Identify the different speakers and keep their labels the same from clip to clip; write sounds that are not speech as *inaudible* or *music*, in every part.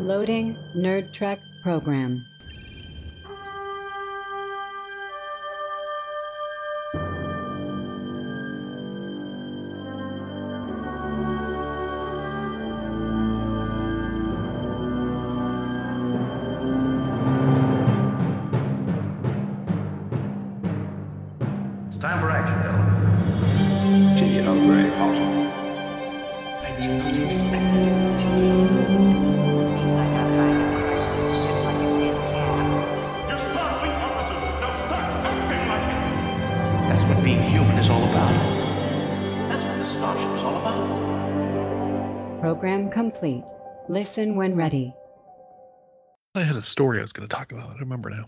Speaker 1: Loading Nerd Trek program.
Speaker 2: It's time for action, gentlemen.
Speaker 3: Do you know Grey Potter?
Speaker 4: I do not expect you to be.
Speaker 5: Seems like I'm trying to crush this ship like a tin can.
Speaker 6: You stop, we officers! Now stop acting like it!
Speaker 4: That's what being human is all about.
Speaker 2: That's what this starship is all about.
Speaker 1: Program complete. Listen when ready.
Speaker 7: I had a story I was going to talk about. I remember now.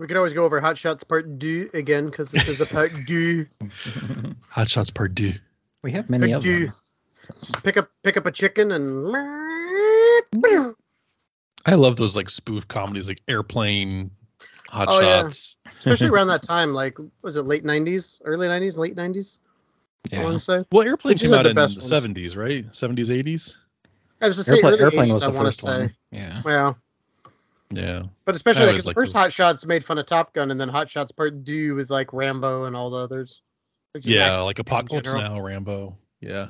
Speaker 8: We could always go over Hot Shots Part Do again because this is a part Do.
Speaker 7: Hot Shots Part Deux.
Speaker 9: We have many
Speaker 8: But
Speaker 9: of
Speaker 8: do-
Speaker 9: them. So-
Speaker 8: Pick up, pick up a chicken and.
Speaker 7: I love those like spoof comedies, like Airplane, Hot
Speaker 8: Oh, yeah.
Speaker 7: Shots.
Speaker 8: Especially around that time, like was it late '90s, early '90s, late '90s? I
Speaker 9: yeah.
Speaker 8: want to say.
Speaker 7: Well, Airplane
Speaker 8: Which
Speaker 7: came
Speaker 8: is, like,
Speaker 7: out
Speaker 8: the
Speaker 7: in
Speaker 8: best
Speaker 7: the
Speaker 8: ones.
Speaker 7: seventies, right? Seventies, eighties.
Speaker 8: I was to say
Speaker 9: Airplane,
Speaker 8: early
Speaker 9: Airplane was
Speaker 8: 80s. I
Speaker 9: the
Speaker 8: want
Speaker 9: first
Speaker 8: to say.
Speaker 9: one. Yeah.
Speaker 8: Well,
Speaker 7: Yeah.
Speaker 8: but
Speaker 7: I
Speaker 8: especially like
Speaker 7: always
Speaker 8: 'cause the
Speaker 7: liked
Speaker 8: first
Speaker 7: those.
Speaker 8: Hot Shots made fun of Top Gun, and then Hot Shots Part Do is like Rambo and all the others. It's just
Speaker 7: yeah,
Speaker 8: action
Speaker 7: like
Speaker 8: in
Speaker 7: Apocalypse
Speaker 8: general.
Speaker 7: Now, Rambo. Yeah.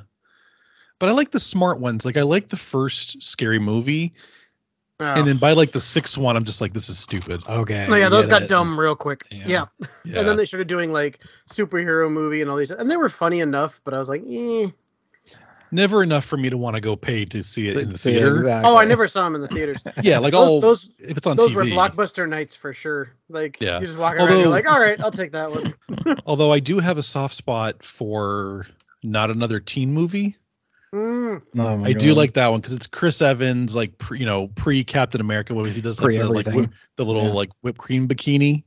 Speaker 7: But I like the smart ones. Like I like the first scary movie,
Speaker 8: Yeah.
Speaker 7: and then by like the sixth one, I'm just like, this is stupid. Okay.
Speaker 8: Oh yeah,
Speaker 7: I
Speaker 8: those
Speaker 7: get
Speaker 8: got
Speaker 7: it.
Speaker 8: dumb real quick.
Speaker 9: Yeah.
Speaker 8: yeah.
Speaker 7: Yeah.
Speaker 8: And then they started doing like superhero movie and all these, and they were funny enough. But I was like, eh.
Speaker 7: Never enough for me to want to go pay to see it in the theater.
Speaker 9: Exactly.
Speaker 8: Oh, I never saw them in the theaters.
Speaker 7: Yeah, like
Speaker 8: *laughs* Those-
Speaker 7: all
Speaker 8: those-
Speaker 7: if it's on
Speaker 8: Those
Speaker 7: TV.
Speaker 8: were blockbuster nights for sure. Like
Speaker 7: Yeah.
Speaker 8: you just walk around, and
Speaker 7: Although-
Speaker 8: you're like, all right, I'll take that one.
Speaker 7: Although I do have a soft spot for not another teen movie. *laughs* Um,
Speaker 8: Mm,
Speaker 9: Oh my
Speaker 7: I do
Speaker 9: God.
Speaker 7: like that one because it's Chris Evans, like pre, you know, pre Captain America, when he does like, the, like
Speaker 9: Pre-everything.
Speaker 7: whip, the little
Speaker 9: Yeah.
Speaker 7: like whipped cream bikini.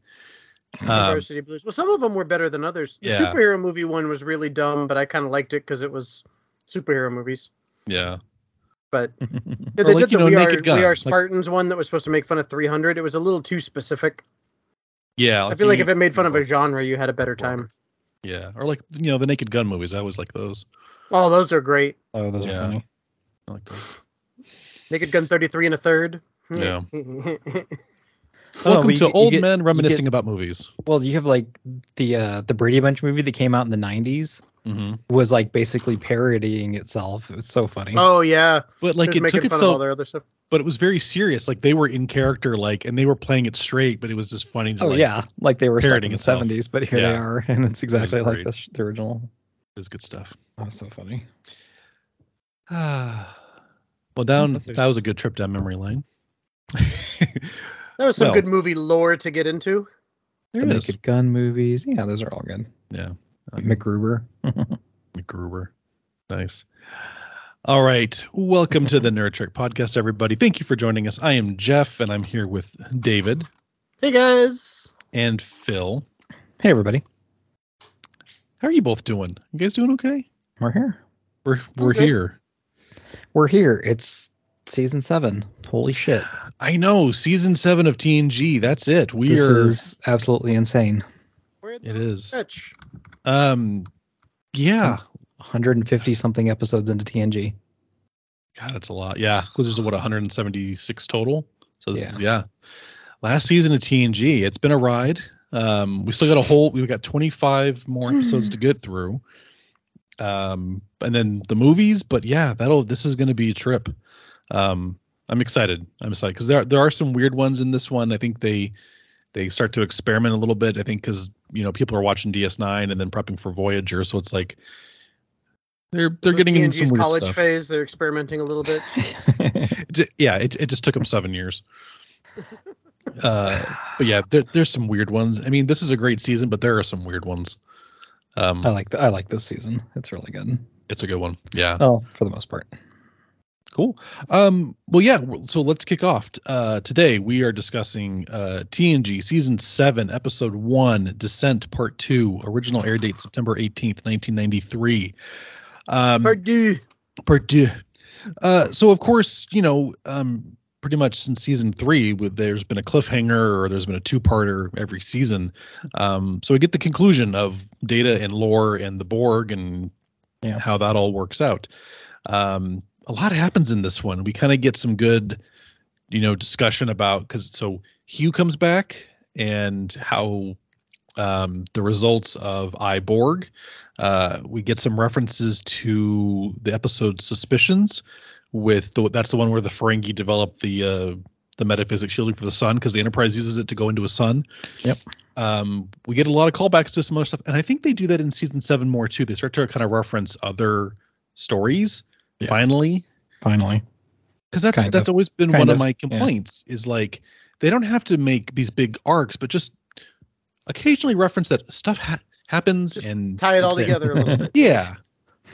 Speaker 7: Um,
Speaker 8: Varsity Blues. Well, some of them were better than others. The
Speaker 7: Yeah.
Speaker 8: superhero movie one was really dumb, but I kind of liked it because it was superhero movies.
Speaker 7: yeah,
Speaker 8: But
Speaker 7: Hmm. Or *laughs*
Speaker 8: Yeah, they
Speaker 7: like,
Speaker 8: did the
Speaker 7: you know,
Speaker 8: we,
Speaker 7: Naked
Speaker 8: are,
Speaker 7: Gun,
Speaker 8: we Are
Speaker 7: like-
Speaker 8: Spartans one that was supposed to make fun of 300. It was a little too specific.
Speaker 7: yeah.
Speaker 8: I feel like
Speaker 7: you-
Speaker 8: if it made fun of a genre, you had a better time.
Speaker 7: yeah, or like you know the Naked Gun movies. I always like those.
Speaker 8: Oh, those are great.
Speaker 9: Oh, those
Speaker 7: Yeah.
Speaker 9: are funny.
Speaker 7: I like those.
Speaker 8: Naked Gun 33 and a third. Hmm.
Speaker 7: Yeah.
Speaker 8: yeah,
Speaker 9: Oh,
Speaker 7: Welcome
Speaker 9: but
Speaker 7: to
Speaker 9: you- you
Speaker 7: old
Speaker 9: get-
Speaker 7: men
Speaker 9: you
Speaker 7: reminiscing about movies.
Speaker 9: Well, you have like the uh, the Brady Bunch movie that came out in the '90s
Speaker 7: Mm-hmm.
Speaker 9: was like basically parodying itself. It was so funny.
Speaker 8: *laughs* oh yeah.
Speaker 7: But like
Speaker 8: Just
Speaker 7: it
Speaker 8: making
Speaker 7: took
Speaker 8: fun of all
Speaker 7: itself,
Speaker 8: their other stuff.
Speaker 7: but it was very serious. Like they were in character, like and they were playing it straight, but it was just funny. To,
Speaker 9: Oh
Speaker 7: like,
Speaker 9: yeah, like they were stuck
Speaker 7: parodying
Speaker 9: in the
Speaker 7: itself.
Speaker 9: '70s, but here
Speaker 7: Yeah.
Speaker 9: they are, *laughs* and it's exactly like
Speaker 7: great.
Speaker 9: the, sh- the original.
Speaker 7: it was good stuff.
Speaker 9: That was so funny.
Speaker 7: *sighs* well, down that was a good trip down memory lane.
Speaker 8: That was some
Speaker 7: Well.
Speaker 8: good movie lore to get into.
Speaker 7: There
Speaker 9: the
Speaker 7: it is.
Speaker 9: Naked Gun movies, yeah, those are all good.
Speaker 7: Yeah.
Speaker 9: MacGruber. *laughs*
Speaker 7: McGruber. Nice. All right. Welcome to the Nerd Trick Podcast, everybody. Thank you for joining us. I am Jeff, and I'm here with David
Speaker 8: Hey guys.
Speaker 7: and Phil.
Speaker 9: hey everybody,
Speaker 7: How are you both doing? You guys doing okay?
Speaker 9: we're here.
Speaker 7: We're we're
Speaker 8: Okay.
Speaker 7: here.
Speaker 9: We're here. It's season seven. Holy shit!
Speaker 7: I know. Season seven of TNG. That's it. We
Speaker 9: This
Speaker 7: are.
Speaker 9: is absolutely insane.
Speaker 8: Where the
Speaker 7: it is.
Speaker 8: fetch?
Speaker 7: Um. Yeah.
Speaker 9: 150 something episodes into *laughs* TNG.
Speaker 7: God, that's a lot. Yeah, because there's what 176 total. So this is yeah. Last season of TNG, it's been a ride. Um, we still got a whole. We've got 25 more episodes to get through. Um, and then the movies. But yeah, that'll. This is going to be a trip. Um, I'm excited. I'm excited because there are, there are some weird ones in this one. I think they they start to experiment a little bit. I think because you know people are watching DS9 and then prepping for Voyager, so it's like they're they're
Speaker 8: Those
Speaker 7: getting in some
Speaker 8: TNG's
Speaker 7: weird
Speaker 8: college
Speaker 7: stuff.
Speaker 8: phase. They're experimenting a little
Speaker 7: *laughs*
Speaker 8: bit.
Speaker 7: J- yeah, it, it just took him seven years. Uh, but yeah, there, there's some weird ones. I mean, this is a great season, but there are some weird ones. Um,
Speaker 9: I like th- I like this season. It's really good.
Speaker 7: it's a good one. Yeah,
Speaker 9: Well, for the most part.
Speaker 7: cool. Um, well, yeah. w- So let's kick off. Uh, today we are discussing uh, TNG season seven, episode one, Descent, part two. Original air date September 18th, 1993. Um,
Speaker 8: Pardue.
Speaker 7: Pardieu. Uh, so of course, you know, um, pretty much since season three, with there's been a cliffhanger or there's been a two-parter every season. Um, so we get the conclusion of Data and Lore and the Borg and
Speaker 9: Yeah.
Speaker 7: how that all works out. Um, a lot happens in this one. We kind of get some good, you know, discussion about because so Hugh comes back and how um, the results of Iborg. Uh, we get some references to the episode Suspicions, with the, that's the one where the Ferengi develop the uh, the metaphysic shielding for the sun because the Enterprise uses it to go into a sun.
Speaker 9: Yep.
Speaker 7: Um, we get a lot of callbacks to some other stuff, and I think they do that in season seven more too. They start to kind of reference other stories
Speaker 9: Yeah.
Speaker 7: finally
Speaker 9: Finally.
Speaker 7: because that's
Speaker 9: Kind
Speaker 7: that's
Speaker 9: of.
Speaker 7: always been
Speaker 9: Kind
Speaker 7: one of,
Speaker 9: of,
Speaker 7: my
Speaker 9: yeah.
Speaker 7: complaints is like they don't have to make these big arcs, but just occasionally reference that stuff ha- happens
Speaker 8: Just
Speaker 7: and
Speaker 8: Tie it
Speaker 7: it's
Speaker 8: all
Speaker 7: there.
Speaker 8: together a little
Speaker 7: *laughs*
Speaker 8: bit.
Speaker 7: Yeah,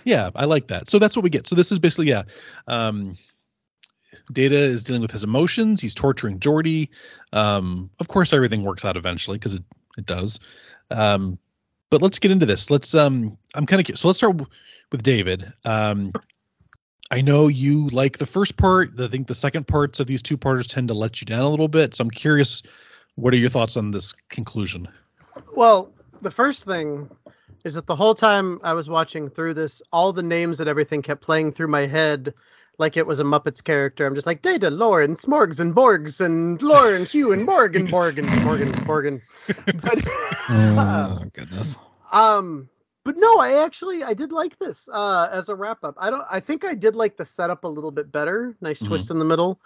Speaker 7: yeah, I like that. So that's what we get. So this is basically yeah, um, Data is dealing with his emotions. He's torturing Jordy. Um, of course, everything works out eventually because it it does. Um, but let's get into this. Let's um, I'm kind of so let's start w- with David. Um, I know you like the first part. I think the second parts of these two parters tend to let you down a little bit. So I'm curious, what are your thoughts on this conclusion?
Speaker 8: Well, the first thing is that the whole time I was watching through this, all the names and everything kept playing through my head like it was a Muppets character. I'm just like Data, Lauren, Smorgs, and Borgs, and Lauren, Hugh, and
Speaker 7: *laughs*
Speaker 8: Morgan, Morgan, Morgan, Morgan. But,
Speaker 9: Oh, *laughs* goodness.
Speaker 8: um, but no, I actually I did like this uh, as a wrap up. I don't. I think I did like the setup a little bit better. Nice
Speaker 7: Mhm.
Speaker 8: twist in the middle.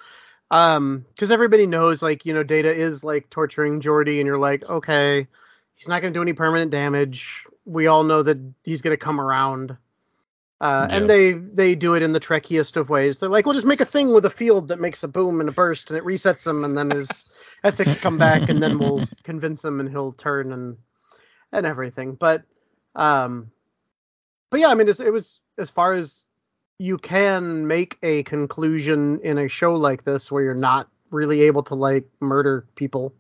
Speaker 8: Um, because everybody knows, like you know, Data is like torturing Jordy, and you're like, okay, he's not going to do any permanent damage. We all know that he's going to come around. Uh,
Speaker 7: Yeah.
Speaker 8: And they they do it in the trekkiest of ways. They're like, we'll just make a thing with a field that makes a boom and a burst, and it resets him, and then his ethics come back, and then we'll convince him, and he'll turn and and everything. But um, but yeah, I mean, it's, it was as far as you can make a conclusion in a show like this where you're not really able to like murder people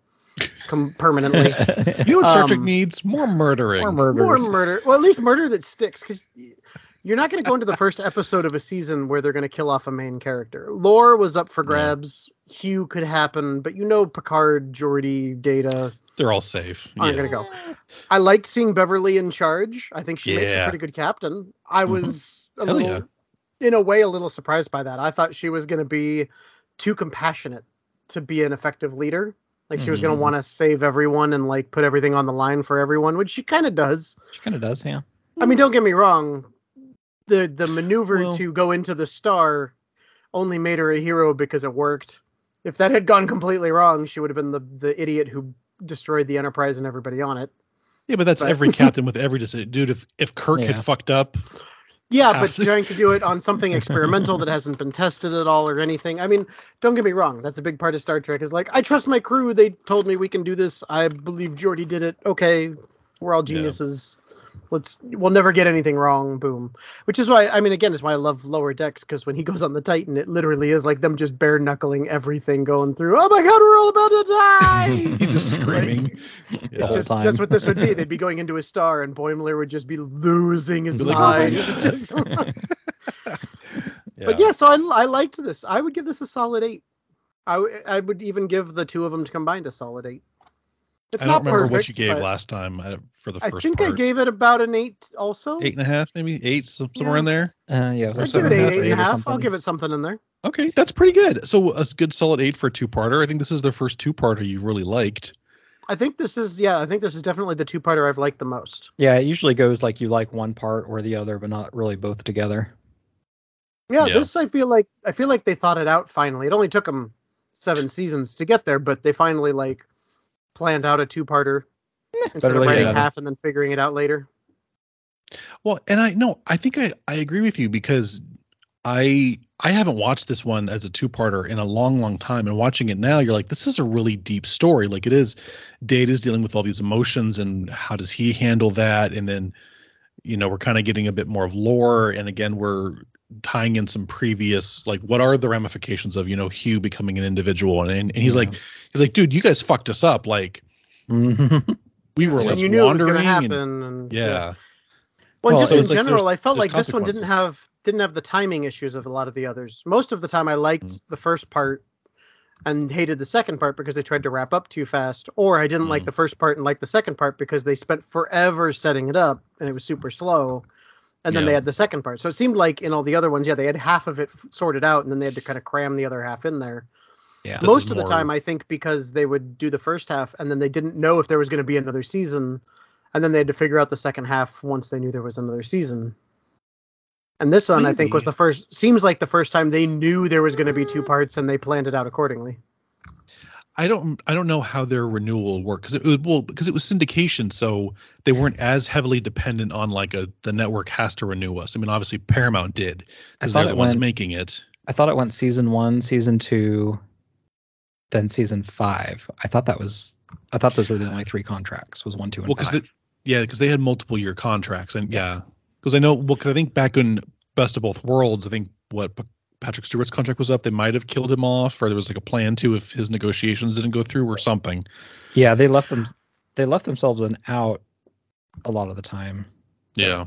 Speaker 8: com- permanently.
Speaker 7: You know what Star Trek
Speaker 8: Um,
Speaker 7: needs? More murdering.
Speaker 9: More murders.
Speaker 8: More murder. Well, at least murder that sticks, because you're not going to go into the first episode of a season where they're going to kill off a main character. Lore was up for grabs. Hugh could happen, but you know Picard, Geordi, Data
Speaker 7: They're all safe.
Speaker 8: aren't
Speaker 7: Yeah.
Speaker 8: going to go. I liked seeing Beverly in charge. I think she makes a
Speaker 7: Yeah.
Speaker 8: pretty good captain. I
Speaker 7: Mhm.
Speaker 8: was a
Speaker 7: Hell
Speaker 8: little,
Speaker 7: yeah.
Speaker 8: in a way, a little surprised by that. I thought she was going to be too compassionate to be an effective leader. Like she was going
Speaker 7: Mm-hmm.
Speaker 9: Mhm.
Speaker 8: to want to save everyone and like put everything on the line for everyone, which she kind of does.
Speaker 9: She kind of does, yeah.
Speaker 8: I mean, don't get me wrong. The the maneuver
Speaker 7: Well-
Speaker 8: to go into the star only made her a hero because it worked. If that had gone completely wrong, she would have been the the idiot who destroyed the Enterprise and everybody on it.
Speaker 7: Yeah, but that's
Speaker 8: But-
Speaker 7: every captain with every decision. Dude, if, if Kirk
Speaker 9: Yeah.
Speaker 7: had fucked up,
Speaker 8: Yeah, but
Speaker 7: Absolutely.
Speaker 8: trying to do it on
Speaker 7: *laughs*
Speaker 8: something experimental that hasn't been tested at all or anything. I mean, don't get me wrong. That's a big part of Star Trek. Is like, I trust my crew. They told me we can do this. I believe Geordi did it. Okay, we're all
Speaker 7: Yeah.
Speaker 8: geniuses. Let's. We'll never get anything wrong. Boom. Which is why I mean, again, is why I love Lower Decks because when he goes on the Titan, it literally is like them just bare knuckling everything going through. Oh my God, we're all about to die.
Speaker 7: *laughs* he's just
Speaker 9: Mm-hmm.
Speaker 7: screaming.
Speaker 9: The
Speaker 7: Yeah.
Speaker 9: whole
Speaker 8: Just,
Speaker 9: time.
Speaker 8: that's what this would
Speaker 7: *laughs*
Speaker 8: be. They'd be going into a star, and Boimler would just be losing his
Speaker 7: Be like, "Oh my
Speaker 8: mind.
Speaker 7: God." *laughs*
Speaker 8: Just- *laughs*
Speaker 7: Yeah.
Speaker 8: But yeah, so I, I liked this. I would give this a solid eight. I, w- I would even give the two of them combined a solid eight. It's
Speaker 7: I
Speaker 8: not
Speaker 7: don't remember
Speaker 8: perfect,
Speaker 7: what you gave
Speaker 8: but
Speaker 7: last time uh, for the
Speaker 8: I
Speaker 7: first
Speaker 8: think I
Speaker 7: part.
Speaker 8: gave it about an eight. Also,
Speaker 7: Eight and a half, maybe eight, so, somewhere
Speaker 8: Yeah.
Speaker 7: in there.
Speaker 9: Uh, yeah, it was
Speaker 7: or
Speaker 8: I'd
Speaker 9: like
Speaker 8: give
Speaker 9: seven
Speaker 8: it
Speaker 9: and a
Speaker 8: eight,
Speaker 9: half
Speaker 8: eight
Speaker 9: or
Speaker 8: and a
Speaker 9: or
Speaker 8: half. I'll
Speaker 9: something.
Speaker 8: give it something in there.
Speaker 7: Okay, that's pretty good. So a good solid eight for a two-parter. I think this is the first two-parter you really liked.
Speaker 8: I think this is yeah. I think this is definitely the two-parter I've liked the most.
Speaker 9: Yeah, it usually goes like you like one part or the other, but not really both together.
Speaker 8: Yeah,
Speaker 7: Yeah.
Speaker 8: this I feel like I feel like they thought it out finally. It only took them seven seasons to get there, but they finally like planned out a two-parter instead
Speaker 7: Eh.
Speaker 9: better
Speaker 8: of
Speaker 9: late than
Speaker 8: writing
Speaker 9: never.
Speaker 8: half and then figuring it out later.
Speaker 7: Well, and I no, I think I I agree with you because I I haven't watched this one as a two-parter in a long, long time. And watching it now, you're like, this is a really deep story. Like it is, Data's dealing with all these emotions, and how does he handle that? And then, you know, we're kind of getting a bit more of lore, and again, we're tying in some previous like what are the ramifications of you know Hugh becoming an individual, and and, and he's like, he's like, dude, you guys fucked us up. Like
Speaker 9: Mhm.
Speaker 7: we were
Speaker 8: And
Speaker 7: like
Speaker 8: you knew it was
Speaker 7: wandering.
Speaker 8: going to
Speaker 7: and-
Speaker 8: happen. and-
Speaker 7: yeah.
Speaker 8: Well,
Speaker 9: Well,
Speaker 8: just
Speaker 9: so
Speaker 8: in
Speaker 9: it's like
Speaker 7: there's-
Speaker 8: general, I felt
Speaker 7: there's
Speaker 8: like this one didn't have didn't have the timing issues of a lot of the others. Most of the time, I liked
Speaker 7: Mm.
Speaker 9: Mm-hmm.
Speaker 8: the first part and hated the second part because they tried to wrap up too fast, or I didn't like
Speaker 9: Mm-hmm.
Speaker 7: Mm.
Speaker 8: the first part and liked the second part because they spent forever setting it up and it was super slow. and then
Speaker 7: Yeah.
Speaker 8: they had the second part. So it seemed like in all the other ones, yeah, they had half of it f- sorted out, and then they had to kind of cram the other half in there.
Speaker 9: Yeah.
Speaker 7: This
Speaker 8: Most
Speaker 7: is
Speaker 8: of the
Speaker 7: more-
Speaker 8: time, I think, because they would do the first half, and then they didn't know if there was going to be another season, and then they had to figure out the second half once they knew there was another season. And this one, I think, was the
Speaker 7: Maybe.
Speaker 8: first. Seems like the first time they knew there was going to be two parts, and they planned it out accordingly.
Speaker 7: I don't I don't know how their renewal will work because it was well because it was syndication, so they weren't as heavily dependent on like a the network has to renew us. I mean, obviously Paramount did because
Speaker 9: thought
Speaker 7: they're the
Speaker 9: it
Speaker 7: ones
Speaker 9: went-
Speaker 7: making it.
Speaker 9: I thought it went season one, season two, then season five. I thought that was. I thought those were the only three contracts. Was one, two, and
Speaker 7: Well,
Speaker 9: five.
Speaker 7: because yeah, because they had multiple year contracts and yeah, because I know well 'cause I think back in Best of Both Worlds, I think what P- Patrick Stewart's contract was up, they might have killed him off, or there was like a plan to if his negotiations didn't go through or something.
Speaker 9: yeah, they left them. They left themselves an out a lot of the time.
Speaker 7: Yeah,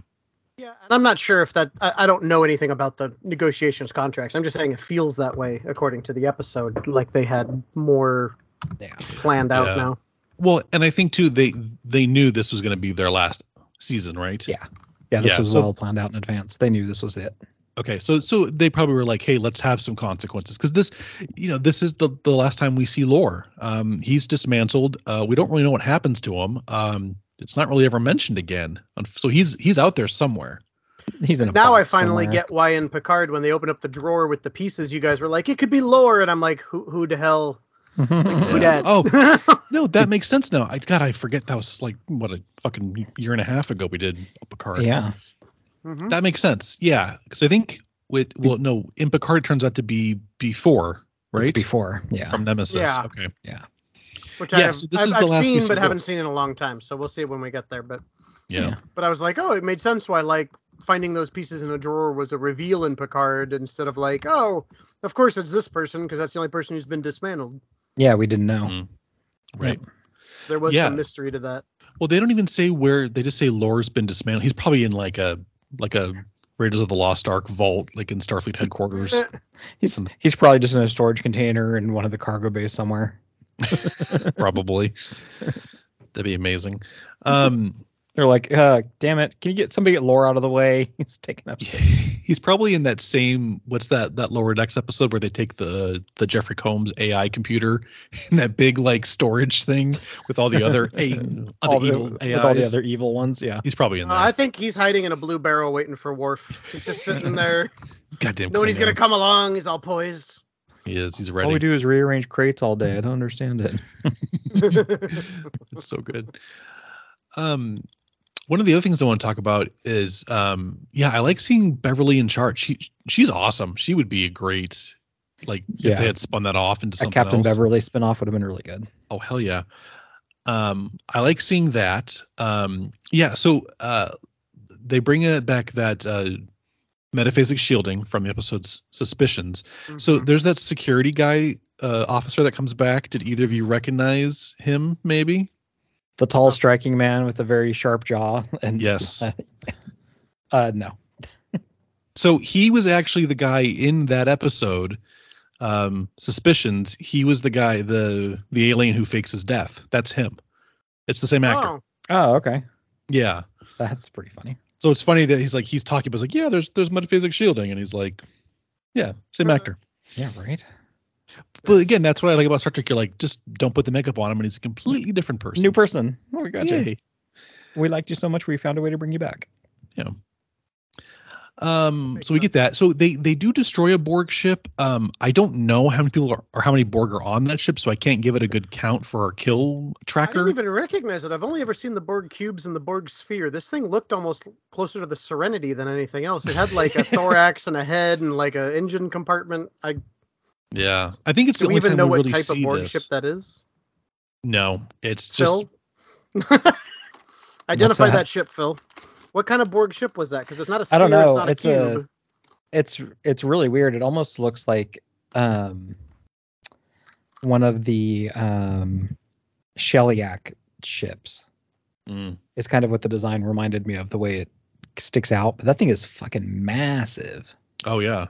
Speaker 8: Yeah, and I'm not sure if that. I, I don't know anything about the negotiations contracts. I'm just saying it feels that way according to the episode, like they had more
Speaker 9: Yeah.
Speaker 8: planned out
Speaker 7: Yeah.
Speaker 8: now.
Speaker 7: well, and I think too they they knew this was going to be their last season, right?
Speaker 9: Yeah. Yeah, this
Speaker 7: Yeah,
Speaker 9: was
Speaker 7: so-
Speaker 9: well planned out in advance. They knew this was it.
Speaker 7: Okay, so so they probably were like, "Hey, let's have some consequences," because this, you know, this is the the last time we see Lore. Um, he's dismantled. Uh, we don't really know what happens to him. Um, it's not really ever mentioned again. Unf- So he's he's out there somewhere.
Speaker 9: He's in a
Speaker 8: Now I
Speaker 9: box
Speaker 8: finally
Speaker 9: somewhere. *laughs*
Speaker 8: get why in Picard when they open up the drawer with the pieces, you guys were like, it could be lore, and I'm like, who who the hell? *laughs* Mm-hmm. Who
Speaker 7: Yeah.
Speaker 8: dat?
Speaker 7: Oh
Speaker 8: *laughs*
Speaker 7: no, that makes sense now. I God, I forget that was like what a fucking year and a half ago we did Picard.
Speaker 9: yeah.
Speaker 8: Mhm.
Speaker 7: that makes sense. Yeah, because I think with well, no, in Picard it turns out to be before, right?
Speaker 9: It's before. Yeah.
Speaker 7: from Nemesis.
Speaker 8: Yeah.
Speaker 7: Okay.
Speaker 8: Which
Speaker 7: yeah,
Speaker 8: I have,
Speaker 7: so this
Speaker 8: I've,
Speaker 7: is the
Speaker 8: I've
Speaker 7: last we
Speaker 8: seen
Speaker 7: see
Speaker 8: but
Speaker 7: lore.
Speaker 8: haven't seen in a long time, so we'll see it when we get there. But
Speaker 7: Yeah.
Speaker 9: Yeah.
Speaker 8: but I was like, oh, it made sense why like finding those pieces in a drawer was a reveal in Picard instead of like, oh, of course it's this person because that's the only person who's been dismantled.
Speaker 9: Yeah, we didn't know.
Speaker 7: Mm. Right.
Speaker 8: There was
Speaker 7: Yeah.
Speaker 8: some mystery to that.
Speaker 7: Well, they don't even say where. They just say Lore's been dismantled. He's probably in like a like a Raiders of the Lost Ark vault, like in Starfleet
Speaker 9: *laughs*
Speaker 7: headquarters.
Speaker 8: Eh,
Speaker 9: He's he's probably just in a storage container in one of the cargo bays somewhere.
Speaker 7: probably. That'd be
Speaker 9: *laughs*
Speaker 7: amazing. Um,
Speaker 9: They're like, uh, damn it, can you get somebody get Laura out of the way? *laughs* He's taking up
Speaker 7: he's probably in that same what's that that Lower Decks episode where they take the the Jeffrey Combs AI computer *laughs* in that big like storage thing with all the other
Speaker 9: *laughs*
Speaker 7: a
Speaker 9: all
Speaker 7: other
Speaker 9: the,
Speaker 7: evil
Speaker 9: with all the
Speaker 7: AIs.
Speaker 9: other evil ones. Yeah.
Speaker 7: He's probably in
Speaker 8: uh,
Speaker 7: there.
Speaker 8: I think he's hiding in a blue barrel waiting for Worf. He's just
Speaker 7: *laughs*
Speaker 8: sitting there.
Speaker 7: Goddamn.
Speaker 8: Nobody's gonna
Speaker 7: Klingon.
Speaker 8: come along. He's all poised.
Speaker 7: He is. He's
Speaker 9: All
Speaker 7: ready.
Speaker 9: we do is rearrange crates all day. I don't understand it.
Speaker 7: it's so good. Um, one of the other things I want to talk about is, um, yeah, I like seeing Beverly in charge. She she's awesome. She would be a great, like, if
Speaker 9: Yeah.
Speaker 7: they had spun that off into *laughs*
Speaker 9: A
Speaker 7: something
Speaker 9: Captain
Speaker 7: else.
Speaker 9: Beverly spinoff would have been really good.
Speaker 7: Oh hell yeah. Um, I like seeing that. Um, yeah. So uh, they bring uh back that uh, metaphasic shielding from the episode's suspicions. So
Speaker 8: Mm-hmm.
Speaker 7: there's that security guy uh, officer that comes back. Did either of you recognize him? Maybe.
Speaker 9: The tall,
Speaker 7: Uh-huh.
Speaker 9: striking man with a very sharp jaw. And
Speaker 7: Yes.
Speaker 9: uh, no.
Speaker 7: So he was actually the guy in that episode, um, Suspicions. He was the guy, the the alien who fakes his death. That's him. It's the same actor.
Speaker 8: Oh,
Speaker 9: Oh, okay.
Speaker 7: Yeah.
Speaker 9: That's pretty funny.
Speaker 7: So it's funny that he's like he's talking about like yeah, there's there's metaphasic shielding, and he's like, yeah, same
Speaker 8: Right.
Speaker 7: actor.
Speaker 9: Yeah, right.
Speaker 7: But again, that's what I like about Star Trek. You're like, just don't put the makeup on him, and he's a completely different person.
Speaker 9: New person. Oh, we got you.
Speaker 7: Yay.
Speaker 9: We liked you so much, we found a way to bring you back.
Speaker 7: Um,
Speaker 8: Makes
Speaker 7: so we
Speaker 8: sense.
Speaker 7: get that. So they they do destroy a Borg ship. Um, I don't know how many people are, or how many Borg are on that ship, so I can't give it a good count for our kill
Speaker 8: I
Speaker 7: tracker.
Speaker 8: didn't even recognize it. I've only ever seen the Borg cubes and the Borg sphere. This thing looked almost closer to the Serenity than anything else. It had
Speaker 7: *laughs*
Speaker 8: like a thorax and a head and like an engine compartment. I
Speaker 7: Yeah, I think it's
Speaker 8: do
Speaker 7: the
Speaker 8: we
Speaker 7: only
Speaker 8: even
Speaker 7: time
Speaker 8: know
Speaker 7: we
Speaker 8: what
Speaker 7: really
Speaker 8: type of
Speaker 7: see
Speaker 8: Borg
Speaker 7: this.
Speaker 8: ship that is?
Speaker 7: No, it's just
Speaker 8: Phil, *laughs* identify
Speaker 9: that?
Speaker 8: that? ship, Phil. What kind of Borg ship was that? Because it's not a
Speaker 9: I
Speaker 8: sphere.
Speaker 9: don't know.
Speaker 8: It's
Speaker 9: It's
Speaker 8: not a
Speaker 9: a-
Speaker 8: cube.
Speaker 9: It's it's really weird. It almost looks like um one of the um Shellyak ships.
Speaker 7: Mm.
Speaker 9: It's kind of what the design reminded me of the way it sticks out, but that thing is fucking massive.
Speaker 7: oh yeah.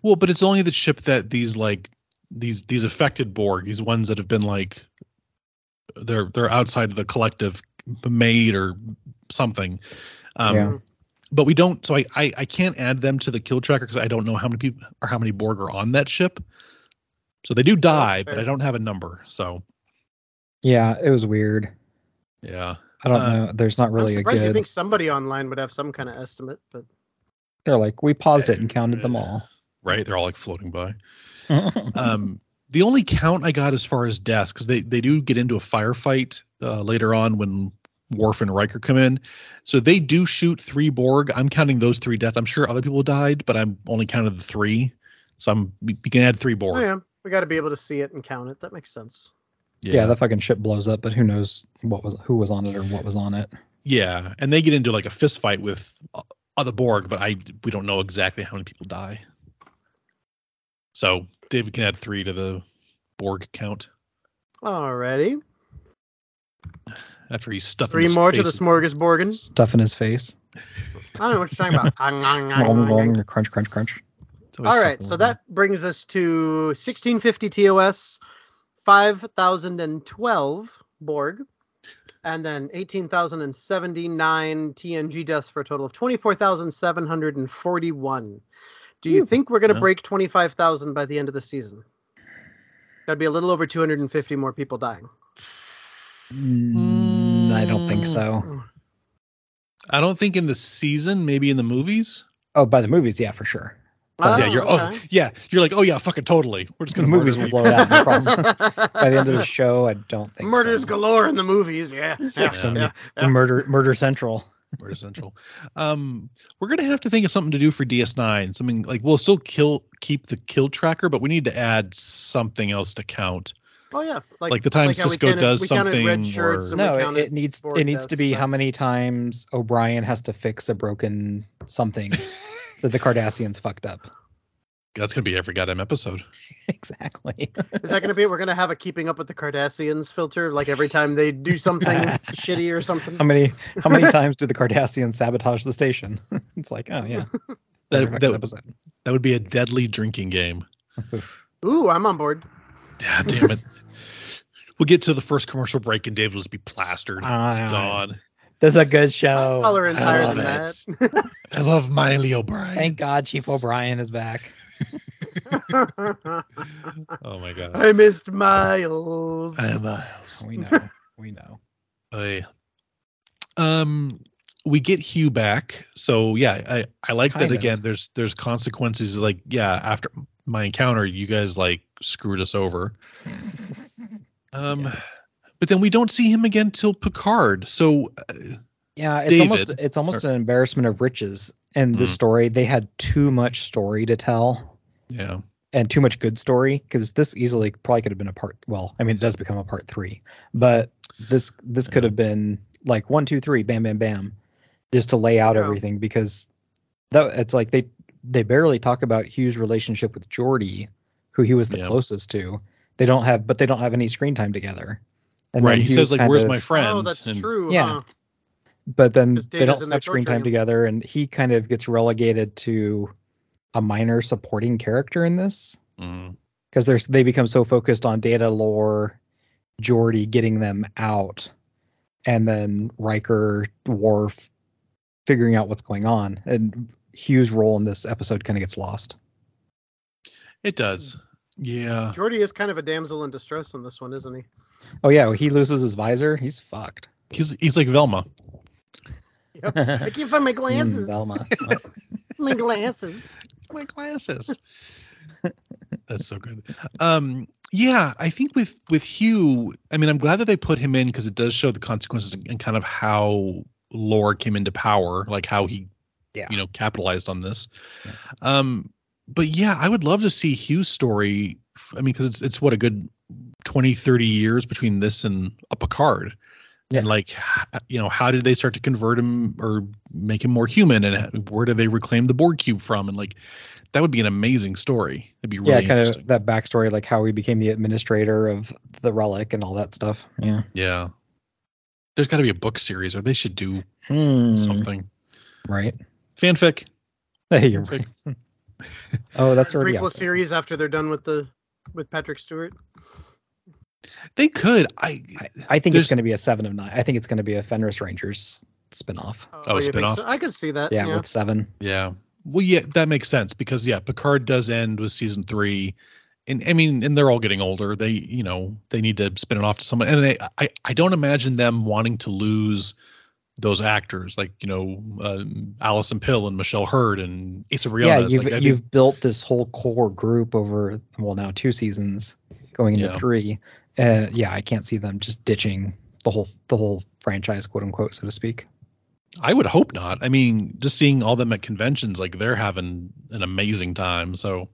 Speaker 7: Well, but it's only the ship that these like these these affected Borg, these ones that have been like they're they're outside of the collective made or something. Um,
Speaker 9: Yeah.
Speaker 7: but we don't. So I, I I can't add them to the kill tracker because I don't know how many people or how many Borg are on that ship. So they do die, but
Speaker 8: fair.
Speaker 7: I don't have a number. So
Speaker 9: Yeah, it was weird.
Speaker 7: yeah,
Speaker 9: I don't
Speaker 7: Uh,
Speaker 9: know. There's not really
Speaker 8: I'm
Speaker 9: a
Speaker 8: surprised you
Speaker 9: good.
Speaker 8: think somebody online would have some kind of estimate, but
Speaker 9: They're like we paused it and counted
Speaker 8: *laughs*
Speaker 9: them all.
Speaker 7: right. They're all like floating by.
Speaker 8: Uh,
Speaker 7: um, the only count I got as far as deaths, because they, they do get into a firefight uh, later on when Worf and Riker come in. So they do shoot three Borg. I'm counting those three deaths. I'm sure other people died, but I'm only counting the three. So I'm you can add three Borg.
Speaker 8: Oh, yeah, we got to be able to see it and count it. That makes sense.
Speaker 9: yeah. that fucking ship blows up, but who knows what was who was on it or what was on it.
Speaker 7: Yeah, and they get into like a fist fight with o- other Borg, but I we don't know exactly how many people die. So David can add three to the Borg count
Speaker 8: Alrighty,
Speaker 7: after he's stuffing
Speaker 8: three
Speaker 7: his
Speaker 8: more to the
Speaker 7: face-
Speaker 8: smorgasborgan.
Speaker 9: Stuff in his face.
Speaker 8: I don't know what you're talking
Speaker 7: *laughs*
Speaker 8: about. Ang, ang, ang,
Speaker 9: Nom,
Speaker 8: ang, ang.
Speaker 9: nom, crunch, crunch, crunch.
Speaker 7: it's always
Speaker 8: All right,
Speaker 7: something
Speaker 8: so
Speaker 7: like
Speaker 8: that brings us to 1650 TOS, 5012 Borg, and then 18,079 TNG deaths for a total of 24,741. Do you think we're going to
Speaker 7: Yeah.
Speaker 8: break 25,000 by the end of the season? That'd be a little over 250 more people dying.
Speaker 9: Mm, I don't think so.
Speaker 7: I don't think in the season, maybe in the movies.
Speaker 9: Oh, by the movies, yeah, for sure.
Speaker 7: yeah, you're oh yeah, you're like oh yeah, fucking totally. We're just
Speaker 9: The
Speaker 7: gonna
Speaker 9: movies will
Speaker 7: murder
Speaker 9: blow it out.
Speaker 8: *laughs*
Speaker 9: No problem. by the end of the show, I don't think
Speaker 8: Murders
Speaker 9: so.
Speaker 8: galore in the movies. Yeah. yeah,
Speaker 7: Sex and-
Speaker 8: yeah.
Speaker 9: The Murder Murder Central.
Speaker 7: people. *laughs* Murder Central. Um, we're gonna have to think of something to do for DS9. Something like we'll still kill keep the kill tracker, but we need to add something else to count.
Speaker 8: Oh yeah.
Speaker 7: Like the time
Speaker 8: how we
Speaker 7: Cisco
Speaker 8: counted-
Speaker 7: does
Speaker 8: we counted
Speaker 7: something
Speaker 8: Red shirts
Speaker 7: or-
Speaker 8: and we
Speaker 9: no, it,
Speaker 8: counted-
Speaker 9: it needs
Speaker 8: board
Speaker 9: it needs to
Speaker 8: deaths,
Speaker 9: be
Speaker 8: but-
Speaker 9: how many times O'Brien has to fix a broken something that the Cardassians fucked up.
Speaker 7: That's gonna be every goddamn episode.
Speaker 9: Exactly.
Speaker 8: Is that going to be? We're going to have a keeping up with the Cardassians filter, like every time they
Speaker 9: *laughs*
Speaker 8: do something shitty or something.
Speaker 9: How many how many times do the Cardassians sabotage the station? *laughs* it's like, oh yeah.
Speaker 7: That-
Speaker 9: Every fucking
Speaker 7: that-
Speaker 9: episode.
Speaker 7: That would be a deadly drinking game.
Speaker 8: Ooh, I'm on
Speaker 9: *laughs*
Speaker 8: board.
Speaker 7: Ah, damn it. we'll get to the first commercial break and Dave will just be plastered. It's
Speaker 9: Ah.
Speaker 7: gone.
Speaker 9: That's a good show.
Speaker 8: Tolerance
Speaker 9: I
Speaker 8: higher
Speaker 9: love
Speaker 8: than
Speaker 9: it.
Speaker 8: that.
Speaker 9: *laughs*
Speaker 7: I love Miley O'Brien.
Speaker 9: Thank God Chief O'Brien is back.
Speaker 7: oh my
Speaker 9: *laughs*
Speaker 7: god.
Speaker 8: I missed Miles.
Speaker 7: Miles.
Speaker 9: Oh, We know. We know.
Speaker 7: I, Oh, um, we get Hugh back, so yeah, I I like
Speaker 9: Kind
Speaker 7: that
Speaker 9: of.
Speaker 7: again. There's there's consequences. Like yeah, after my encounter, you guys like screwed us over. Um, but then we don't see him again till Picard. So uh,
Speaker 9: Yeah, it's
Speaker 7: David,
Speaker 9: almost it's almost an embarrassment of riches in this story. They had too much story to tell
Speaker 7: yeah,
Speaker 9: and too much good story because this easily probably could have been a part. Well, I mean, it does become a part three, but this this could have been like one, two, three, bam, bam, bam, just to lay out
Speaker 8: Yeah.
Speaker 9: everything because that it's like they they barely talk about Hugh's relationship with Jordy, who he was the
Speaker 7: Yeah.
Speaker 9: closest to. They don't have, but they don't have any screen time together. And then
Speaker 7: right. He
Speaker 9: Hugh
Speaker 7: says like,
Speaker 9: kind
Speaker 7: "Where's
Speaker 9: of-
Speaker 7: my friend?"
Speaker 8: oh, that's
Speaker 7: and
Speaker 8: true.
Speaker 9: Yeah.
Speaker 8: huh?
Speaker 9: but then
Speaker 8: Just
Speaker 9: they
Speaker 8: Data's
Speaker 9: don't
Speaker 8: in there
Speaker 9: have
Speaker 8: torturing
Speaker 9: screen time
Speaker 8: him.
Speaker 9: together, and he kind of gets relegated to a minor supporting character in this
Speaker 7: Mhm.
Speaker 9: because there's they become so focused on data lore, Geordi getting them out, and then Riker, Worf, figuring out what's going on, and Hugh's role in this episode kind of gets lost.
Speaker 7: it does. Yeah,
Speaker 8: Geordi is kind of a damsel in distress on this one, isn't
Speaker 9: *laughs*
Speaker 8: he?
Speaker 9: Oh yeah, he loses his visor.
Speaker 8: *laughs*
Speaker 9: He's fucked.
Speaker 7: he's he's like Velma.
Speaker 8: I can't find my glasses.
Speaker 9: Mm, Velma.
Speaker 8: *laughs* my glasses.
Speaker 7: my glasses. *laughs* That's so good. Um, yeah, I think with with Hugh, I mean, I'm glad that they put him in because it does show the consequences and kind of how lore came into power, like how he,
Speaker 9: Yeah.
Speaker 7: you know, capitalized on this. Um, but yeah, I would love to see Hugh's story. I mean, because it's it's what a good 20, 30 years between this and a Picard. And
Speaker 9: Yeah.
Speaker 7: like, h- you know, how did they start to convert him or make him more human? And h- where do they reclaim the Borg cube from? And like, that would be an amazing story. It'd be really
Speaker 9: yeah, kind
Speaker 7: interesting.
Speaker 9: of that backstory, like how he became the administrator of the relic and all that stuff. Yeah.
Speaker 7: Yeah. There's got to be a book series, or they should do
Speaker 9: Hmm.
Speaker 7: something.
Speaker 9: Right.
Speaker 7: Fanfic.
Speaker 9: *laughs* Hey, you're
Speaker 7: Fanfic.
Speaker 9: right. Oh, that's already
Speaker 8: Prequel
Speaker 9: out. there.
Speaker 8: series after they're done with the with Patrick Stewart.
Speaker 7: They could. I.
Speaker 9: I think
Speaker 7: There's-
Speaker 9: it's going to be a seven of nine. I think it's going to be a Fenris Rangers spinoff.
Speaker 7: Oh,
Speaker 8: you think
Speaker 7: spin-off?
Speaker 8: so? I could see that.
Speaker 9: Yeah,
Speaker 8: Yeah.
Speaker 9: with seven.
Speaker 7: Yeah. Well, yeah, that makes sense because yeah, Picard does end with season three, and I mean, and they're all getting older. They, you know, they need to spin it off to someone, and I, I, I don't imagine them wanting to lose those actors like you know, um, Allison Pill and Michelle Hurd and Issa Briones.
Speaker 9: yeah, you've
Speaker 7: like, I think-
Speaker 9: you've built this whole core group over well now two seasons, going into
Speaker 7: Yeah.
Speaker 9: three. Uh, yeah, I can't see them just ditching the whole the whole franchise, quote unquote, so to speak.
Speaker 7: I would hope not. I mean, just seeing all them at conventions, like they're having an amazing time. So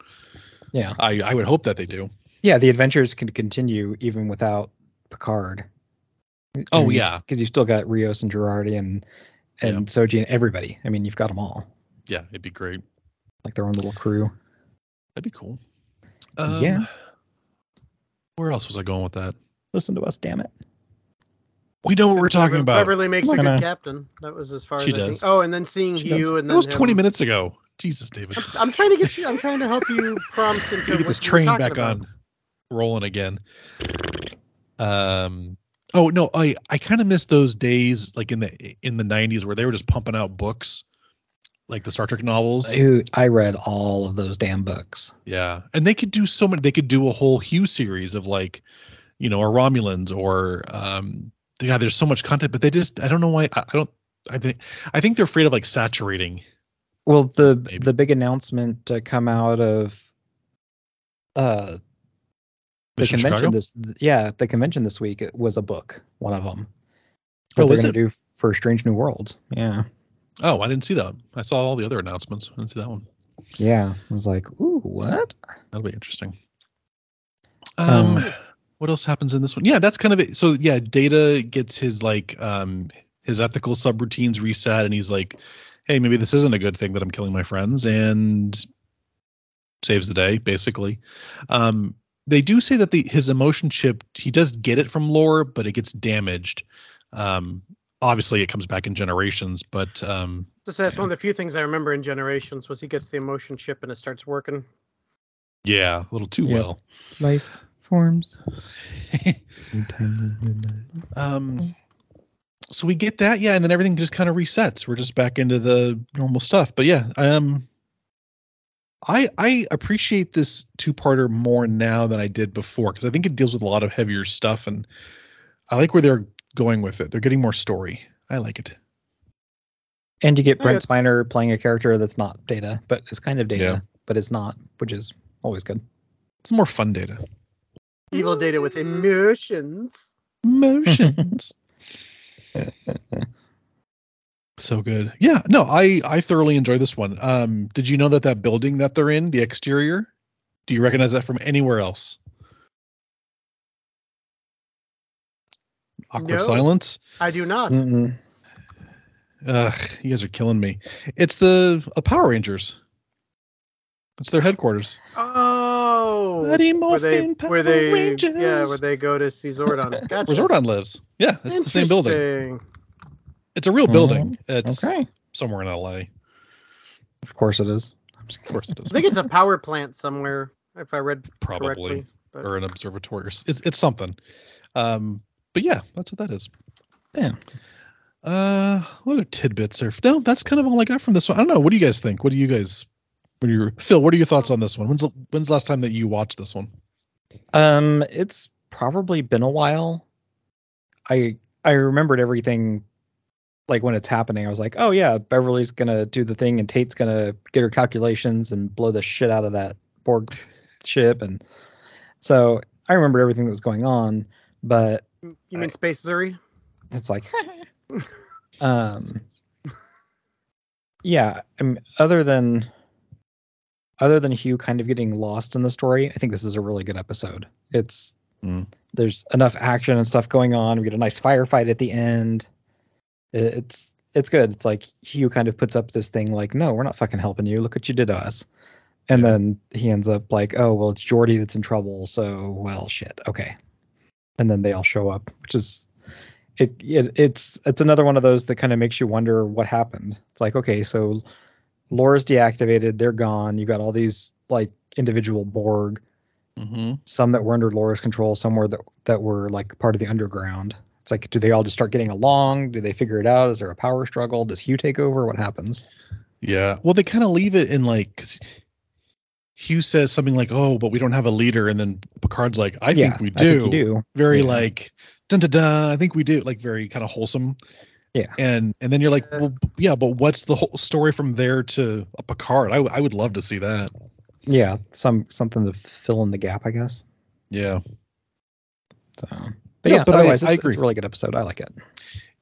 Speaker 9: Yeah,
Speaker 7: I, I would hope that they do.
Speaker 9: yeah, the adventures can continue even without Picard.
Speaker 7: Oh,
Speaker 9: Mm-hmm.
Speaker 7: yeah.
Speaker 9: because you've still got Rios and Girardi and and Soji and everybody. I mean, you've got them all,
Speaker 7: Yeah, it'd be great.
Speaker 9: like their own little crew.
Speaker 7: That'd be cool. Um,
Speaker 9: Yeah.
Speaker 7: Where else was I going with that?
Speaker 9: Listen to us, damn it.
Speaker 7: We know what we're talking about.
Speaker 8: Beverly makes a
Speaker 9: Look,
Speaker 8: good
Speaker 9: I-
Speaker 8: captain. That was as far
Speaker 7: She
Speaker 8: as I
Speaker 7: does.
Speaker 8: think. Oh, and then seeing
Speaker 9: She
Speaker 8: Hugh
Speaker 9: does.
Speaker 8: and
Speaker 7: That
Speaker 8: then
Speaker 7: was 20
Speaker 8: him.
Speaker 7: minutes ago. Jesus, David. I'm
Speaker 8: I'm trying to get you. I'm trying to help you prompt into
Speaker 7: trying to get
Speaker 8: what
Speaker 7: this
Speaker 8: you were
Speaker 7: train
Speaker 8: talking
Speaker 7: back
Speaker 8: about.
Speaker 7: on rolling again. Um. Oh no, I I kind of miss those days like in the in the 90s where they were just pumping out books, like the Star Trek novels.
Speaker 9: Dude, I read all of those damn books.
Speaker 7: Yeah, and they could do so many. They could do a whole Hugh series of like, you know, or Romulans or um. Yeah, there's so much content, but they just I don't know why I, I don't. I think I think they're afraid of like saturating.
Speaker 9: Well, the
Speaker 7: Maybe.
Speaker 9: the big announcement to come out of uh the
Speaker 7: Mission
Speaker 9: convention
Speaker 7: Chicago?
Speaker 9: this yeah the convention this week it was a book one of them.
Speaker 7: Oh,
Speaker 9: they're
Speaker 7: is
Speaker 9: gonna
Speaker 7: it?
Speaker 9: do for Strange New Worlds. Yeah,
Speaker 7: Oh, I didn't see that. I saw all the other announcements. I didn't see that one.
Speaker 9: yeah. I was like, ooh, what?
Speaker 7: That'll be interesting. Um,
Speaker 9: Um,
Speaker 7: what else happens in this one? Yeah, that's kind of it. So yeah, Data gets his like um his ethical subroutines reset, and he's like, "Hey, maybe this isn't a good thing that I'm killing my friends," and saves the day basically. Um, they do say that the his emotion chip he does get it from lore, but it gets damaged. Um, obviously, it comes back in generations, but um,
Speaker 8: That's, that's one of the few things I remember in Generations was he gets the emotion chip and it starts working.
Speaker 7: yeah, a little too
Speaker 9: Yeah.
Speaker 7: well.
Speaker 9: Life forms.
Speaker 7: Um, so we get that, yeah, and then everything just kind of resets. We're just back into the normal stuff. But yeah, um, I I appreciate this two parter more now than I did before because I think it deals with a lot of heavier stuff, and I like where they're going with it. They're getting more story. I like it.
Speaker 9: And you get
Speaker 8: Yeah,
Speaker 9: Brent
Speaker 8: it's-
Speaker 9: Spiner playing a character that's not Data, but it's kind of Data,
Speaker 7: Yeah.
Speaker 9: but it's not, which is always good.
Speaker 7: It's more fun data.
Speaker 8: Evil data with
Speaker 7: Mm.
Speaker 8: emotions. *laughs*
Speaker 7: Motions. so good. Yeah. No, I I thoroughly enjoy this one. Um, did you know that that building that they're in, the exterior, do you recognize that from anywhere else? Awkward
Speaker 8: No.
Speaker 7: silence.
Speaker 8: I do not.
Speaker 7: Mm.
Speaker 9: Mm-mm.
Speaker 7: Ugh, you guys are killing me. It's the uh, Power Rangers. It's their headquarters.
Speaker 8: Oh,
Speaker 7: Bloody
Speaker 8: where they,
Speaker 7: Morphin Power
Speaker 8: where they,
Speaker 7: Rangers.
Speaker 8: yeah, where they go to see Zordon.
Speaker 7: *laughs*
Speaker 8: Gotcha.
Speaker 7: Where Zordon lives. Yeah, it's the same building.
Speaker 8: Interesting. Mm-hmm.
Speaker 7: It's a real
Speaker 9: Oh,
Speaker 7: building. It's
Speaker 9: Okay.
Speaker 7: somewhere in LA.
Speaker 9: Of course it is. I'm just
Speaker 7: Of
Speaker 9: *laughs*
Speaker 7: course it
Speaker 8: I
Speaker 7: is.
Speaker 8: think it's a power plant somewhere, if I read
Speaker 7: Probably.
Speaker 8: correctly. but-
Speaker 7: or an observatory. or s- It's, it's something. Um, but yeah, that's what that is.
Speaker 9: Yeah.
Speaker 7: Uh, what other tidbits are? No, that's kind of all I got from this one. I don't know. What do you guys think? What do you guys? What are your Phil? What are your thoughts on this one? When's the, when's the last time that you watched this one?
Speaker 9: Um, it's probably been a while. I I remembered everything, like when it's happening. I was like, oh yeah, Beverly's gonna do the thing, and Tate's gonna get her calculations and blow the shit out of that Borg ship, and so I remembered everything that was going on. But
Speaker 8: You mean Space Zuri?
Speaker 9: it's like, um, yeah. I mean, other than other than Hugh kind of getting lost in the story, I think this is a really good episode. It's
Speaker 7: Mm.
Speaker 9: there's enough action and stuff going on. We get a nice firefight at the end. I- It's it's good. It's like Hugh kind of puts up this thing like, no, we're not fucking helping you. Look what you did to us. And then he ends up like, oh well, it's Jordy that's in trouble. So well, shit. Okay. And then they all show up, which is it, it it's it's another one of those that kind of makes you wonder what happened. It's like, okay, so Laura's deactivated, they're gone. You've got all these like individual Borg,
Speaker 7: Mm-hmm.
Speaker 9: some that were under Laura's control, some were that that were like part of the underground. It's It's like, do they all just start getting along? Do they figure it out? Is there a power struggle? Does Hugh take over? What happens?
Speaker 7: Yeah. Well, they kind of leave it in like 'cause Hugh says something like, "Oh, but we don't have a leader," and then Picard's like, "I
Speaker 9: Yeah,
Speaker 7: think we
Speaker 9: I
Speaker 7: do."
Speaker 9: you do.
Speaker 7: Very
Speaker 9: Yeah.
Speaker 7: like dun dun dun. I think we do. Like very kind of wholesome.
Speaker 9: Yeah.
Speaker 7: And and then you're like, well, yeah, but what's the whole story from there to a Picard? I w- I would love to see that.
Speaker 9: Yeah, some something to fill in the gap, I guess.
Speaker 7: Yeah.
Speaker 9: So, but
Speaker 7: Yeah,
Speaker 9: yeah,
Speaker 7: but I-
Speaker 9: otherwise,
Speaker 7: I
Speaker 9: it's,
Speaker 7: agree.
Speaker 9: it's a really good episode. I like it.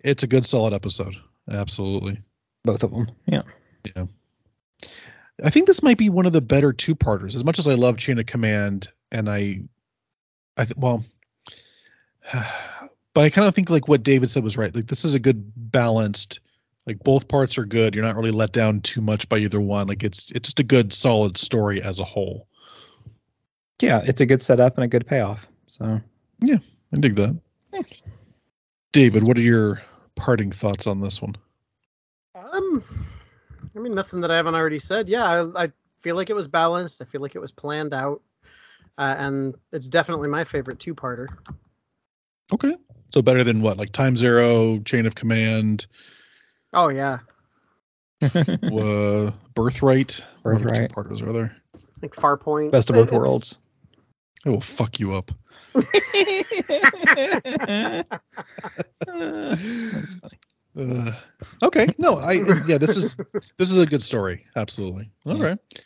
Speaker 7: It's a good solid episode. Absolutely.
Speaker 9: Both of them. Yeah.
Speaker 7: I think this might be one of the better two-parters. As much as I love Chain of Command, and I, I th- well, *sighs* but I kind of think like what David said was right. Like this is a good balanced. Like both parts are good. You're not really let down too much by either one. Like it's it's just a good solid story as a whole.
Speaker 9: Yeah, it's a good setup and a good payoff.
Speaker 7: *laughs*
Speaker 9: So
Speaker 7: I dig that. David, what are your parting thoughts on this one?
Speaker 8: Um, I mean, nothing that I haven't already said. Yeah, I, I feel like it was balanced. I feel like it was planned out, uh, and it's definitely my favorite two-parter.
Speaker 7: Okay. So better than what? Like Time Zero, Chain of Command,
Speaker 8: Oh yeah,
Speaker 7: uh, Birthright. What other
Speaker 9: Birthright.
Speaker 7: Two-parters are there?
Speaker 8: like Farpoint.
Speaker 9: best of both
Speaker 8: It's-
Speaker 9: *laughs* worlds.
Speaker 7: I will fuck you up.
Speaker 9: That's funny.
Speaker 7: Uh, okay. No, I yeah, this is this is a good story. Absolutely. All
Speaker 9: Yeah.
Speaker 7: right.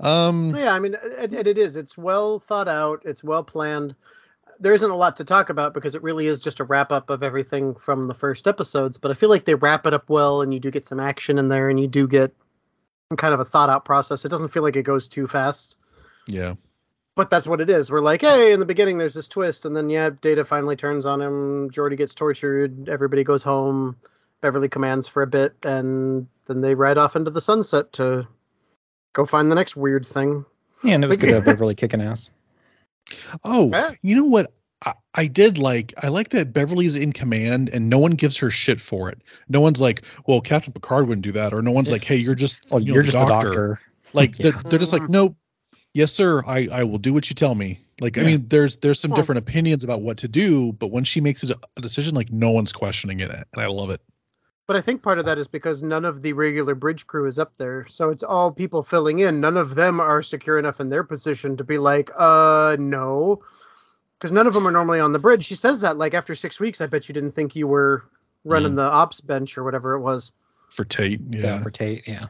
Speaker 7: Um
Speaker 8: Yeah, I mean, and and it is. It's well thought out. It's well planned. There isn't a lot to talk about because it really is just a wrap up of everything from the first episodes. But I feel like they wrap it up well, and you do get some action in there, and you do get kind of a thought out process. It doesn't feel like it goes too fast,
Speaker 7: yeah.
Speaker 8: but that's what it is. We're like, hey, in the beginning, there's this twist, and then yeah, Data finally turns on him. Jordy gets tortured. Everybody goes home. Beverly commands for a bit, and then they ride off into the sunset to go find the next weird thing.
Speaker 9: Yeah, and it was good to have Beverly kicking ass.
Speaker 7: Oh,
Speaker 8: Yeah.
Speaker 7: you know what? I, I did like I like that Beverly's in command and no one gives her shit for it. No one's like, well, Captain Picard wouldn't do that, or no one's like, hey, you're just
Speaker 9: Well,
Speaker 7: you know,
Speaker 9: Oh, you're just the doctor.
Speaker 7: Like
Speaker 9: Yeah.
Speaker 7: they're, they're just like, nope, yes, sir, I I will do what you tell me. Like I
Speaker 9: Yeah.
Speaker 7: mean, there's there's some
Speaker 8: Well-
Speaker 7: different opinions about what to do, but when she makes a a decision, like no one's questioning it, and I love it.
Speaker 8: But I think part of that is because none of the regular bridge crew is up there, so it's all people filling in. None of them are secure enough in their position to be like, uh, no, because none of them are normally on the bridge. She says that like after six weeks, I bet you didn't think you were running the ops bench or whatever it was.
Speaker 7: For Tate,
Speaker 9: Yeah,
Speaker 7: yeah,
Speaker 9: for Tate. Yeah.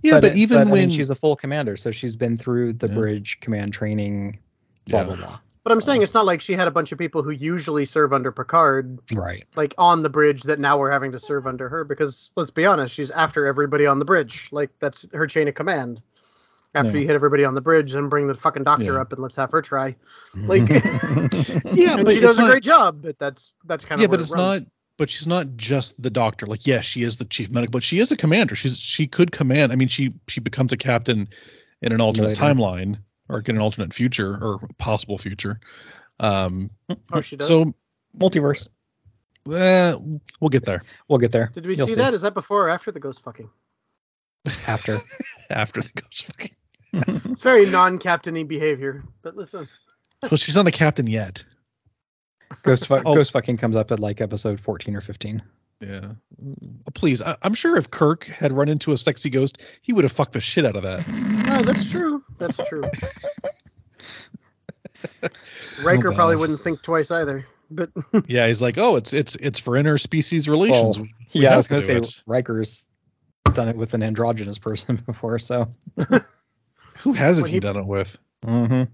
Speaker 7: yeah, but,
Speaker 9: it-
Speaker 7: even
Speaker 9: I mean,
Speaker 7: when
Speaker 9: she's a full commander, so she's been through the
Speaker 7: Yeah.
Speaker 9: bridge command training. Blah
Speaker 7: Yeah.
Speaker 9: blah blah.
Speaker 8: But I'm
Speaker 9: So-
Speaker 8: saying it's not like she had a bunch of people who usually serve under Picard,
Speaker 9: Right.
Speaker 8: like on the bridge, that now we're having to serve under her. Because let's be honest, she's after everybody on the bridge. Like that's her chain of command. After
Speaker 9: Yeah.
Speaker 8: you hit everybody on the bridge, then bring the fucking doctor
Speaker 7: Yeah.
Speaker 8: up and let's have her try.
Speaker 7: *laughs*
Speaker 8: Like,
Speaker 7: yeah,
Speaker 8: and
Speaker 7: but
Speaker 8: she does
Speaker 7: it's
Speaker 8: a
Speaker 7: not-
Speaker 8: great job, but that's that's kind of
Speaker 7: yeah, but it's not. But she's not just the doctor. Like, yes, she is the chief medic, but she is a commander. She's she could command. I mean, she she becomes a captain in an alternate
Speaker 9: Later.
Speaker 7: timeline or in an alternate future or possible future. Um,
Speaker 8: Oh, she does.
Speaker 7: so
Speaker 9: Multiverse. Eh,
Speaker 7: uh, we'll get there
Speaker 9: We'll get there.
Speaker 8: Did we
Speaker 9: You'll
Speaker 8: see, that? Is that before or after the ghost fucking?
Speaker 9: after?
Speaker 7: after the ghost. fucking-
Speaker 9: *laughs*
Speaker 8: It's very non-captaining behavior. But
Speaker 7: *laughs*
Speaker 8: listen,
Speaker 7: well, she's not a captain yet.
Speaker 9: Ghost, fu-
Speaker 7: Oh.
Speaker 9: Ghost fucking comes up at like episode 14 or 15.
Speaker 7: Yeah. Oh, Please, I, I'm sure if Kirk had run into a sexy ghost, he would have fucked the shit out of that.
Speaker 9: *laughs*
Speaker 8: no, that's true. That's
Speaker 7: *laughs*
Speaker 8: true. Riker
Speaker 9: Oh,
Speaker 8: probably
Speaker 9: gosh.
Speaker 8: wouldn't think twice either. But
Speaker 7: Yeah, he's like, oh, it's it's it's for interspecies relations.
Speaker 9: Well,
Speaker 7: We
Speaker 9: yeah, I
Speaker 7: have
Speaker 9: was
Speaker 7: to
Speaker 9: gonna
Speaker 7: do
Speaker 9: say
Speaker 7: it.
Speaker 9: Riker's done it with an androgynous person *laughs* before, so
Speaker 7: Who hasn't
Speaker 8: when
Speaker 7: he
Speaker 8: he-
Speaker 7: done it with?
Speaker 9: mm-hmm.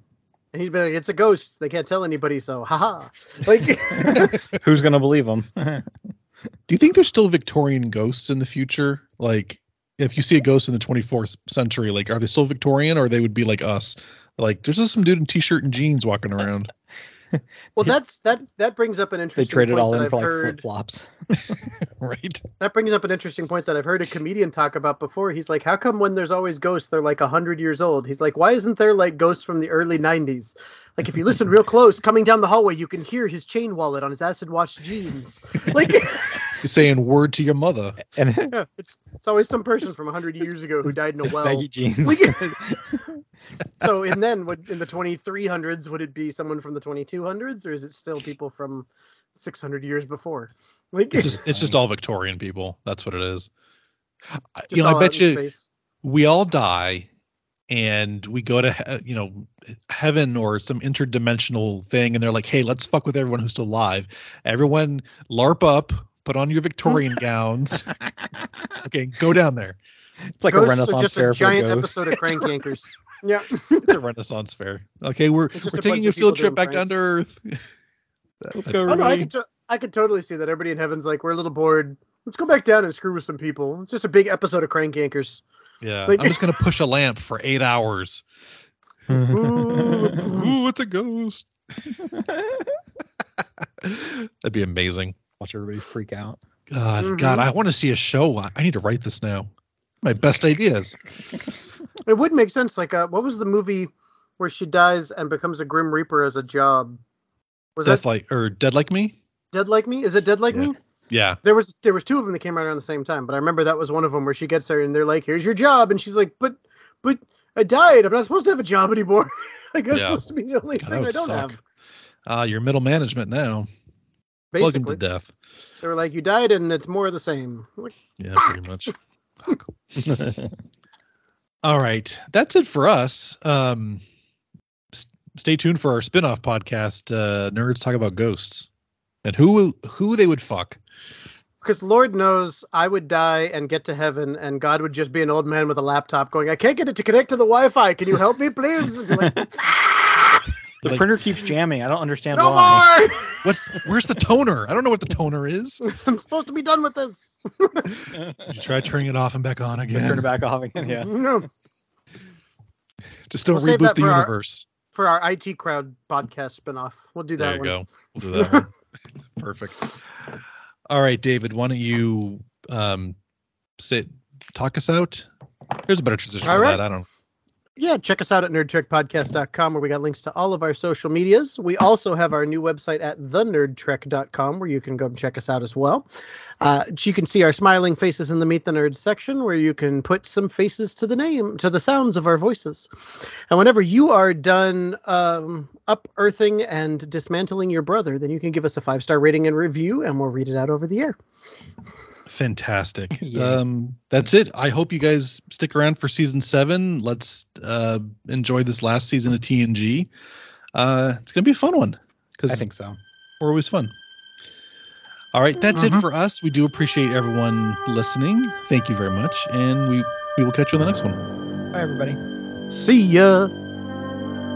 Speaker 8: he'd be like, "It's a ghost. They can't tell anybody." So, haha.
Speaker 9: *laughs*
Speaker 8: Like,
Speaker 9: *laughs* who's gonna believe *laughs* him? yeah,
Speaker 7: Do you think there's still Victorian ghosts in the future? Like, if you see a ghost in the 24th century, like, are they still Victorian or they would be like us? Like, there's just some dude in t-shirt and jeans walking around.
Speaker 8: well, that's that that brings up an
Speaker 9: they
Speaker 8: interesting.
Speaker 9: traded
Speaker 8: point
Speaker 9: all
Speaker 8: that
Speaker 9: in
Speaker 8: I've
Speaker 9: for like
Speaker 8: heard. *laughs*
Speaker 9: flip flops.
Speaker 7: *laughs* right?
Speaker 8: That brings up an interesting point that I've heard a comedian talk about before. He's like, "How come when there's always ghosts, they're like hundred years old?" He's like, "Why isn't there like ghosts from the early '90s? Like, if you listen real close, coming down the hallway, you can hear his chain wallet on his acid washed
Speaker 9: *laughs*
Speaker 8: jeans. Like, *laughs*
Speaker 7: He's saying word to your mother.
Speaker 9: And *laughs*
Speaker 8: yeah, it's it's always some person from hundred years ago who died in a uh, well.
Speaker 9: baggy jeans.
Speaker 8: Like, so, and then would, in the 2300s, would it be someone from the 2200s, or is it still people from 600 years before. Like
Speaker 7: It's just it's just all Victorian people. That's what it is. I-
Speaker 8: *laughs* just
Speaker 7: you know,
Speaker 8: all
Speaker 7: I
Speaker 8: out
Speaker 7: bet
Speaker 8: in
Speaker 7: you
Speaker 8: space.
Speaker 7: we all die and we go to he- you know heaven or some interdimensional thing and they're like hey let's fuck with everyone who's still alive everyone larp up put on your victorian gowns okay go down there
Speaker 9: *laughs* It's like
Speaker 8: Ghosts
Speaker 9: a
Speaker 8: are
Speaker 9: Renaissance
Speaker 8: just
Speaker 9: fair
Speaker 8: a
Speaker 9: for
Speaker 8: giant
Speaker 7: *laughs*
Speaker 9: ghosts.
Speaker 8: episode of Crank Yankers. Yeah.
Speaker 7: it's a renaissance fair okay we're
Speaker 8: It's just
Speaker 7: we're
Speaker 8: a bunch
Speaker 7: taking you a
Speaker 8: of people
Speaker 7: field
Speaker 8: doing
Speaker 7: trip back down to earth
Speaker 8: *laughs*
Speaker 9: Let's go,
Speaker 8: Oh no, I
Speaker 9: Renee.
Speaker 8: could, to- I could totally see that. Everybody in heaven's like, we're a little bored. Let's go back down and screw with some people. It's just a big episode of Crank Yankers.
Speaker 7: yeah
Speaker 8: Like-
Speaker 7: i'm just gonna push a lamp for eight
Speaker 8: *laughs*
Speaker 7: hours
Speaker 9: *laughs*
Speaker 7: ooh it's a ghost *laughs* that'd be amazing
Speaker 9: Watch everybody freak out.
Speaker 7: God, God,
Speaker 8: Mhm.
Speaker 7: I want to see a show. I I need to write this now. My best ideas.
Speaker 8: It would make sense. Like, uh, what was the movie where she dies and becomes a Grim Reaper as a job? Was
Speaker 7: Death
Speaker 8: that
Speaker 7: like or Dead Like Me?
Speaker 8: Dead Like Me? Is it Dead Like
Speaker 7: Yeah.
Speaker 8: Me?
Speaker 7: Yeah.
Speaker 8: There was there was two of them that came out around the same time, but I remember that was one of them where she gets there and they're like, "Here's your job," and she's like, "But, but I died. I'm not supposed to have a job anymore. *laughs* like that's
Speaker 7: Yeah.
Speaker 8: supposed to be the only
Speaker 7: God, that
Speaker 8: thing I
Speaker 7: would
Speaker 8: don't
Speaker 7: suck.
Speaker 8: have."
Speaker 7: Uh, your middle management now. Plug 'em
Speaker 8: Basically,
Speaker 7: to death.
Speaker 8: they were like, "You died, and it's more of the same." Like,
Speaker 7: Yeah, pretty much. All right. That's it for us. Um, s- stay tuned for our spin-off podcast, uh, Nerds Talk About Ghosts. And who who they would fuck.
Speaker 8: Because Lord knows I would die and get to heaven, and God would just be an old man with a laptop going, I can't get it to connect to the Wi Fi. Can you help me, please? And be
Speaker 7: *laughs*
Speaker 8: like,
Speaker 9: The
Speaker 7: Like-
Speaker 9: printer keeps jamming. I don't understand
Speaker 8: no
Speaker 9: why.
Speaker 8: more! *laughs*
Speaker 7: What's where's the toner? I don't know what the toner is.
Speaker 8: I'm supposed to be done with this.
Speaker 7: Did you try turning it off and back on again?
Speaker 9: Turn it back off
Speaker 8: *laughs*
Speaker 9: again. Yeah.
Speaker 8: No.
Speaker 7: Just don't
Speaker 8: We'll save
Speaker 7: reboot
Speaker 8: that
Speaker 7: the
Speaker 8: for our-
Speaker 7: universe.
Speaker 8: For our IT crowd podcast spinoff. We'll do that
Speaker 7: There you
Speaker 8: one.
Speaker 7: go. We'll do
Speaker 8: *laughs*
Speaker 7: that one. Perfect. All right, David, why don't you um sit talk us out? There's a better transition
Speaker 8: All
Speaker 7: for
Speaker 8: right.
Speaker 7: that. I don't
Speaker 8: Yeah, check us out at nerdtrekpodcast.com where we got links to all of our social medias. We also have our new website at thenerdtrek.com where you can go and check us out as well. Uh, you can see our smiling faces in the Meet the Nerds section where you can put some faces to the name, to the sounds of our voices. And whenever you are done um, up earthing and dismantling your brother, then you can give us a five star rating and review and we'll read it out over the air.
Speaker 7: fantastic.
Speaker 9: *laughs* Yeah.
Speaker 7: Um that's it. I hope you guys stick around for season seven. Let's uh enjoy this last season of TNG. Uh it's gonna be a fun one.
Speaker 9: I
Speaker 7: Because
Speaker 9: think so.
Speaker 7: we're always fun. All right, that's it
Speaker 8: Mhm.
Speaker 7: for us. We do appreciate everyone listening. Thank you very much, and we we will catch you on the next one.
Speaker 9: Bye, everybody.
Speaker 8: See ya.